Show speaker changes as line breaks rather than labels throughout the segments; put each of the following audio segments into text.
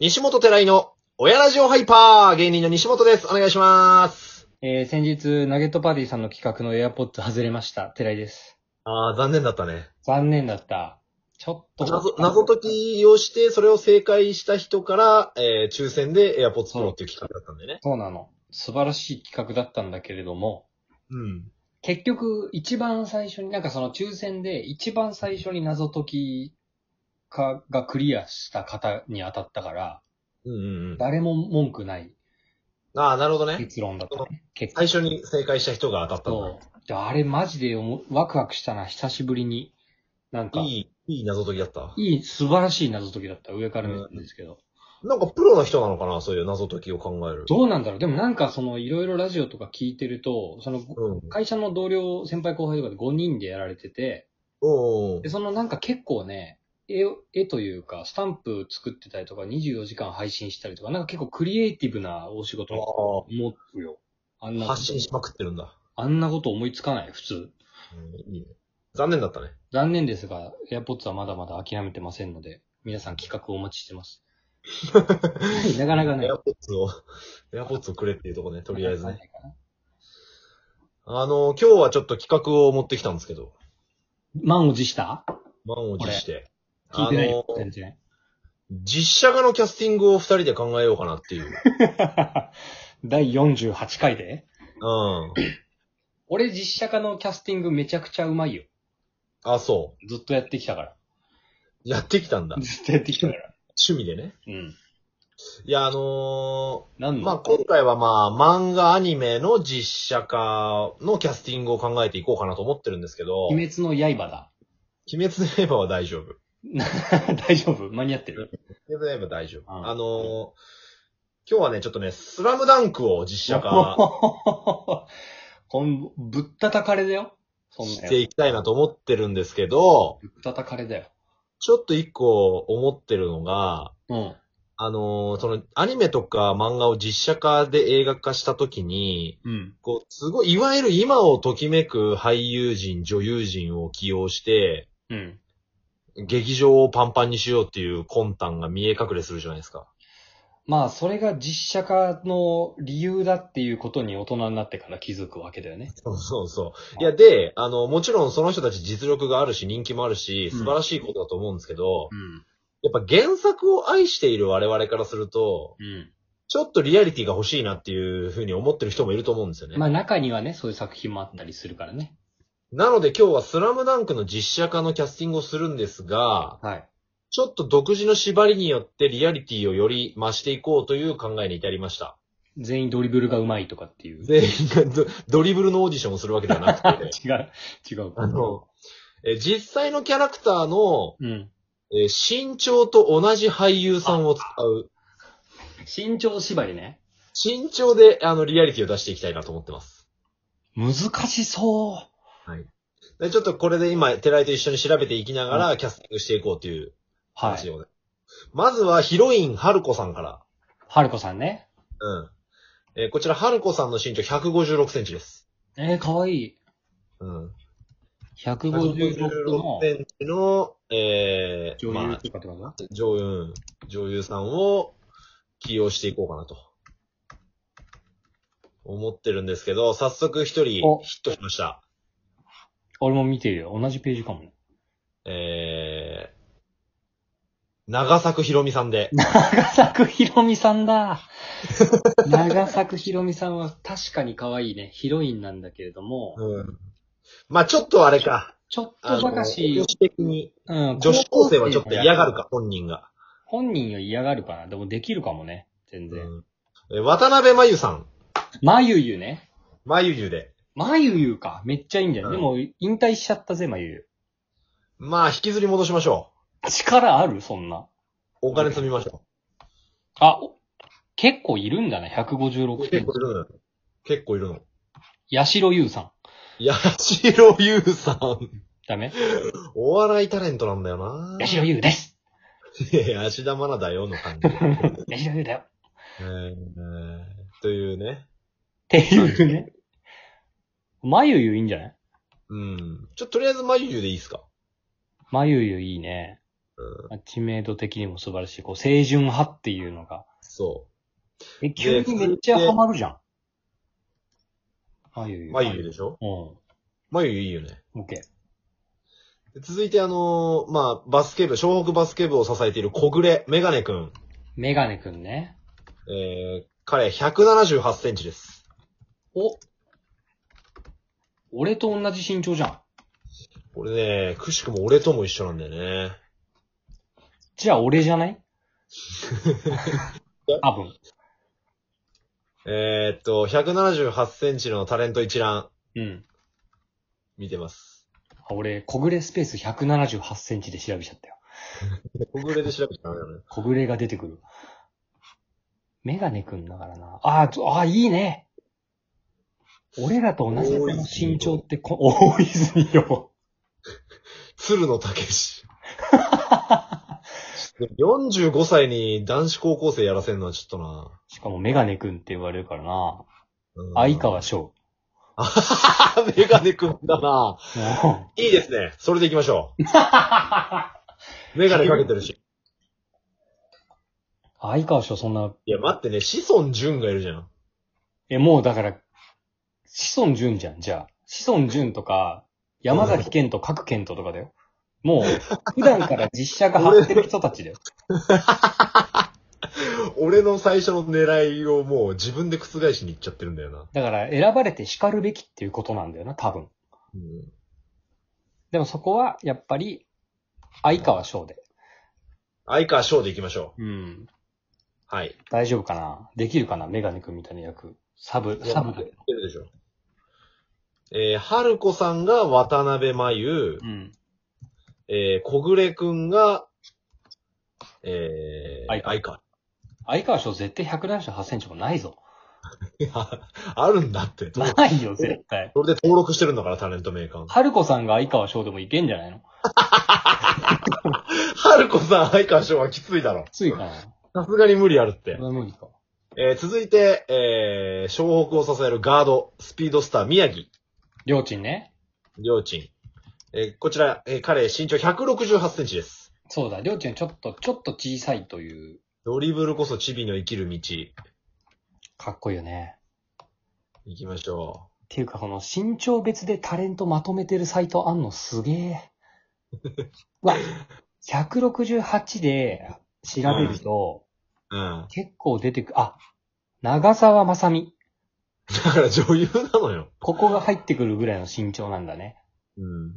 西本寺井の親ラジオハイパー芸人の西本です。お願いします。
えー先日、ナゲットパーティーさんの企画の AirPods 外れました。寺井です。
ああ、残念だったね。
残念だった。ちょっと。
謎、謎解きをして、それを正解した人から、えー、抽選で AirPods Pro っていう企画だったんだよね。
そうなの。素晴らしい企画だったんだけれども、
うん。
結局、一番最初に、なんかその抽選で、一番最初に謎解きかがクリアした方に当たったから、
うんうんうん。
誰も文句ない
ああ、なるほどね。
結論だったね。結
最初に正解した人が当たったん
構。であれマジでおもワクワクしたな、久しぶりに。なん
だ。
か、
いい、いい謎解きだった。
いい、素晴らしい謎解きだった。上から見たんですけど。
なんかプロの人なのかなそういう謎解きを考える。
どうなんだろうでもなんかそのいろいろラジオとか聞いてると、その
うん。
会社の同僚、先輩後輩とかで5人でやられてて、
おー
で、そのなんか結構ね、絵を、絵というか、スタンプ作ってたりとか、24時間配信したりとか、なんか結構クリエイティブなお仕事だと
あ
思うよ。あん
ー
なこ
発信
と、
しまくってるんだ。
あんなこと思いつかない、普通。
うん、いいね。残念だったね。
残念ですが、AirPods はまだまだ諦めてませんので、皆さん企画をお待ちし てます。なかなかね
エア、ポッツを、エアポッツをくれっていうとこね、とりあえずね。
ね。
あの、今日はちょっと企画を持ってきたんですけど、
満を持した
満を持して。
聞いてない
あ
よ、
の
全然。
実写化のキャスティングを二人で考えようかなっていう。う
第48回で
ん。
俺実写化のキャスティングめちゃくちゃうまいよ。
あ、そ
ずっとやってきたから。
う。やってきたんだ。
ずっとやってきたから。
趣味でね。
うん。
いや、あの
なん
ー
の、
まあ、今回はまあ、漫画アニメの実写化のキャスティングを考えていこうかなと思ってるんですけど、
鬼滅の刃だ。
鬼滅の刃は大丈夫。
大丈夫間に合ってる
鬼滅の刃大丈夫。
うん
あのー今日はね、ちょっとね、スラムダンクを実写化
こんぶったたかれだよ。そん
し
な
て
や
いきたいなと思ってるんですけど
つ。、ぶったたかれだよ。
ちょっと一個思ってるのが、
うん。
あのーその、アニメとか漫画を実写化で映画化したときに、
うん。
こう、すごい、いわゆる今をときめく俳優陣、女優陣を起用して、
うん。
劇場をパンパンにしようっていう魂胆が見え隠れするじゃないですか。
まあ、それが実写化の理由だっていうことに大人になってから気づくわけだよね。
そうそうそう。いや、で、あの、もちろんその人たち実力があるし、人気もあるし、
う
素
ん
晴らしいことだと思うんですけど、
うん。
やっぱ原作を愛している我々からすると、
うん。
ちょっとリアリティが欲しいなっていうふうに思ってる人もいると思うんですよね。
まあ、中にはね、そういう作品もあったりするからね。
なので今日はスラムダンクの実写化のキャスティングをするんですが、
はい。
ちょっと独自の縛りによってリアリティをより増していこうという考えに至りました。
全員ドリブルが上手いとかっていう。
全員がドドリブルのオーディションをするわけではなくて、
違う、違う。
あの、 え実際のキャラクターの、
うん。
え身長と同じ俳優さんを使う、
身長縛りね。
身長であのリアリティを出していきたいなと思ってます。
難しそ
でちょっとこれで今、寺井と一緒に調べていきながらキャスティングしていこうという
う。は
話
い。
をね。まずはヒロイン、春子さんから。
はるこさんね。
うん。えーこちら、春子さんの身長156センチです。
えー、かわいい。
うん。
156の
センチの、えー、
女
ま
優
あ
とかってことか
女優、女優さんを起用していこうかなと。思ってるんですけど、早速一人
お
ヒットしました。
俺も見てるよ。同じページかもね。
えー、長作ひろみさんで。
長作ひろみさん だ。長作ひろみさんは確かに可愛いね。ヒロインなんだけれども、
うん。まあちょっとあれか。
ちょっ
あ
とば
の
かし
女、子的に。
うん
女子高生はちょっと嫌がる。か、本人が。
本人より嫌がるかな。でもできるかもね。全然。
うんえー渡辺真由さん。
まゆゆね。
真由ゆで。
まゆゆか。めっちゃいいんじゃない、
うん
でも、引退しちゃったぜ、まゆゆ。
まあ、引きずり戻しましょ
力あるそんな。
う。お金積みましょ
あ、お結構いるんだな、
う。
156
結
点
構。いるのよ。結構いるの。
やしろゆうさん。
八代優さん。
ダメ
お笑いタレントなんだよな。
やしろゆうです
いやい や、芦田愛菜だよの感じ、
やしろゆうだよ
えーえーというね。
っていうね。まゆゆいいんじゃない
うん。ちょ、とりあえず、まゆゆでいいっすか
まゆゆいいね。
うん。
まあ知名度的にも素晴らしい。こう、清純派っていうのが。
そ
え、急にめっちゃハマるじゃん。
あゆゆ。
う。眉毛でしょ
う
眉毛いいよね。
ん。オッケ
で続いてあのーまあ、バスケ部、湘北バスケ部を支えている小暮、メガネくん。
ー。メガネくんね。
えー、彼178センチです。
お俺と同じ身長じゃん。
これね、くしくも俺とも一緒なんだよね。
じゃあ俺じゃない多分。
えー、っと、178センチのタレント一覧、
うん。
見てます。
あ俺、小暮スペース178センチで調べちゃったよ。
小暮で調べてダメだね。
小暮が出てくる。メガネくんだからな。あーちょあー、いいね。俺らと同じ身長ってこ、 大泉よ。
鶴野武 し。45歳に男子高校生やらせるのはちょっとな。
しかもメガネくんって言われるからな。
うん
相。川翔。
メガネくんだな。
も
いいですね。それで行きましょう。メガネかけてるし。
う相川翔そんな、
いや、待ってね、子孫淳がいるじゃん。
え、もうだから、子孫淳じゃん、じゃあ。子孫淳とか、山崎健と各健ととかだよ。もう、普段から実写が張ってる人たちだよ。
俺の最初の狙いをもう自分で覆しに行っちゃってるんだよな。
だから、選ばれて叱るべきっていうことなんだよな、多分。
うん
でもそこは、やっぱり、相川翔で。
相川翔で行きましょ
うん。
う。はい。
大丈夫かなできるかなメガネ君みたいな役。サブ、サブで。
出るでしょ。えー、春子さんが渡辺真由
う、ん。
えー、小暮くんが、えー、
相川
相川。
相川翔絶対178センチもないぞ。
いや、あるんだって。そ
ないよ、絶対。
れで登録してるんだから、タレントメーカー。
春子さんが相川翔でもいけんじゃないの
春子さん、相川翔はきついだろ。
ついかな
さすがに無理あるって
これ。は無理か。
えー、続いて、えー、湘北を支えるガード、スピードスター、宮城、
りょーちんね。
りょうちん。えー、こちら、えー、彼、身長168センチです。
そうだ、りょーちんちょっと、ちょっと小さいという、
ドリブルこそチビの生きる道。
かっこいいよね。
行きましょう。
っていうか、この身長別でタレントまとめてるサイトあんのすげ え。うわ、168で調べると、
うん。
結構出てく、あ、長澤まさみ。
だから女優なのよ。
ここが入ってくるぐらいの身長なんだね。
うん。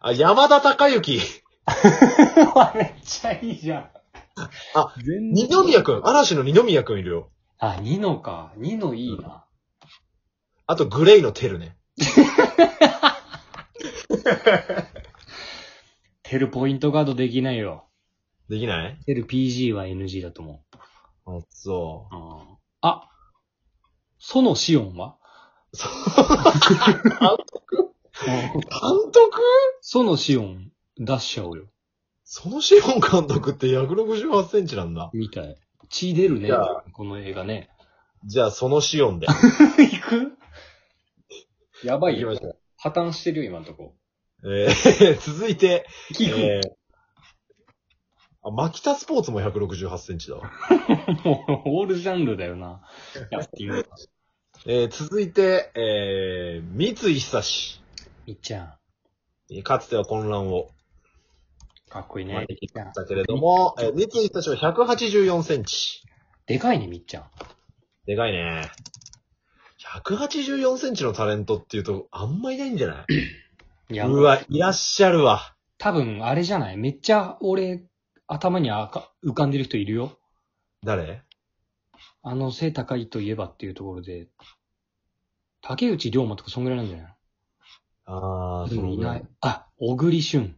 あ、山田孝之。
う わめっちゃいいじゃん。
あ、
全
二宮くん。嵐の二宮くんいるよ。
あ、ニノか。ニノいいな。
あと、グレイのテルね。
テルポイントガードできないよ。
できない
テル PG は NG だと思。
あ、そう
うんあ、ソノシオンはうん
う。監督
ソノシオン出しちゃおうよ。
そのシオン監督って168センチなんだ。
みたい。血出るね
じゃあ。
この映画ね。
じゃあ、そのシオンで。
行くやばいよ
行きまし。
破綻してるよ、今のとこ。
えー、 続いて、
寄付
えー、あ、マキタスポーツも168センチだわ。
もう、オールジャンルだよな。キャスティング。
えー、続いて、えー、三井久志。
みっちゃ
かつては混乱を。
ん。かっこいい
ま
ね
あ。
みっちゃん
だけれども、えー、三井久志は184センチ。
でかいね、みっちゃん。
でかいね。184センチのタレントっていうと、あんまいないんじゃない
いう
わ、いらっしゃるわ。
多分、あれじゃないめっちゃ、俺、頭にあか浮かんでる人いるよ。
誰
あの、背高いといえばっていうところで、竹内涼真とかそんぐらいなんじゃない
あー、
で
そ
も
の
い
ぐら
ないい。。あ、小栗旬。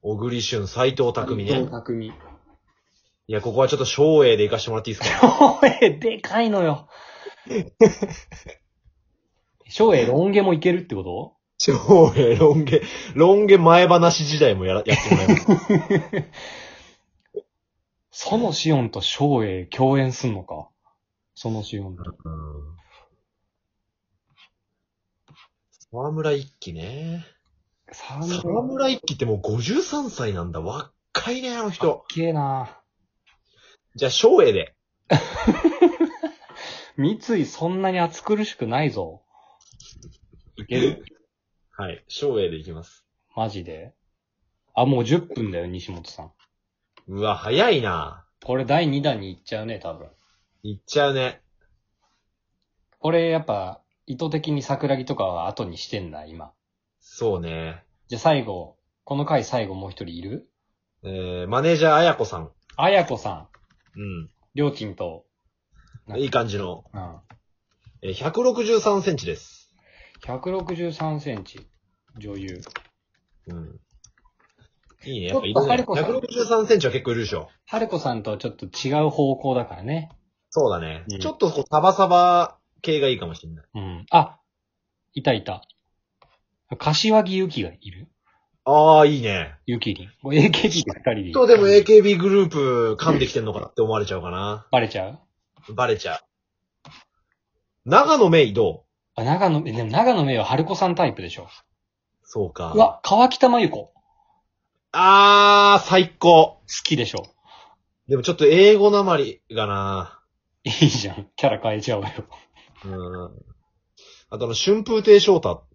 小栗旬、斎藤匠ね。
匠。
いや、ここはちょっと昭栄で行かしてもらっていいです か
おい、でかいのよ。 翔英、ロン毛もいけるってこと
昭栄、ロン毛、ロン毛前話時代もやら、やってもらい ます。
園シオンと翔英共演すんのか。園シオンと。
うん沢村一樹ね。
沢村
沢村一樹ってもう53歳なんだ。若かいね、あの人。
けえな
じゃあ、昭栄で。
三井そんなに暑苦しくないぞ。いける
はい。昭栄でいきます。
マジであ、もう10分だよ、西本さん。
うわ、早いな。
これ第2弾に行っちゃうね、多分。
いっちゃうね。
これやっぱ、意図的に桜木とかは後にしてんだ、今。
そうね。
じゃあ最後、この回最後もう一人いる
えー、マネージャー、あやこさん。
あやこさ
うん
ん、りょうちんと、なんか
いい感じの。
うん。
えー163センチです。
163センチ、女優。
うん。いいね。やっぱい
ちょ
る
っとあ
ね。
れこそ
163センチは結構いるでしょ。
春子さんとはちょっと違う方向だからね。
そうだね。
うん
ちょっとこう、サバサバ系がいいかもしれない。
うん。あ、いたいた。柏木由紀がいる
ああ、いいね。
ゆきりん。もう AKB で二人でいる。
とでも AKB グループ噛んできてんのかなって思われちゃうかな。
バレちゃう
バレちゃう。長野メイどう
あ、長野、えでも長野名は春子さんタイプでしょ。
そうか。
うわ、川北真由子。好
あー、最高。
きでしょ。
でもちょっと英語なまりがない
いじゃん。キャラ変えちゃうわよ。
うん。あとあの、春風亭昇太。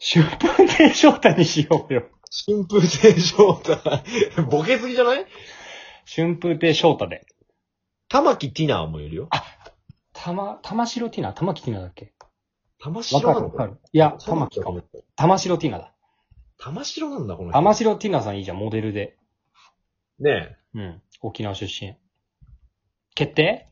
春風亭昇太にしようよ。
春風亭昇太。 ボケすぎじゃない
春風亭昇太で。
玉木ティナーもいるよ。
たま、玉城ティナ玉木ティナだっけ
玉城
わか
なの
るわか
か
る。いや、
玉
玉木
城
かも
か。。
玉城ティナだ。
玉城なんだ、この人。
玉城ティナさんいいじゃん、モデルで。
ねえ。
うん。沖縄出身。決定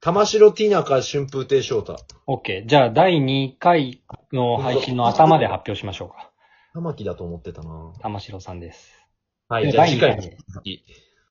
玉城ティナか春風亭昇太。
?OK。じゃあ、第2回の配信の頭で発表しましょうか。
玉木だと思ってたな
玉城さんです。
は
で
い、じゃあ
第二
次回
回
に続き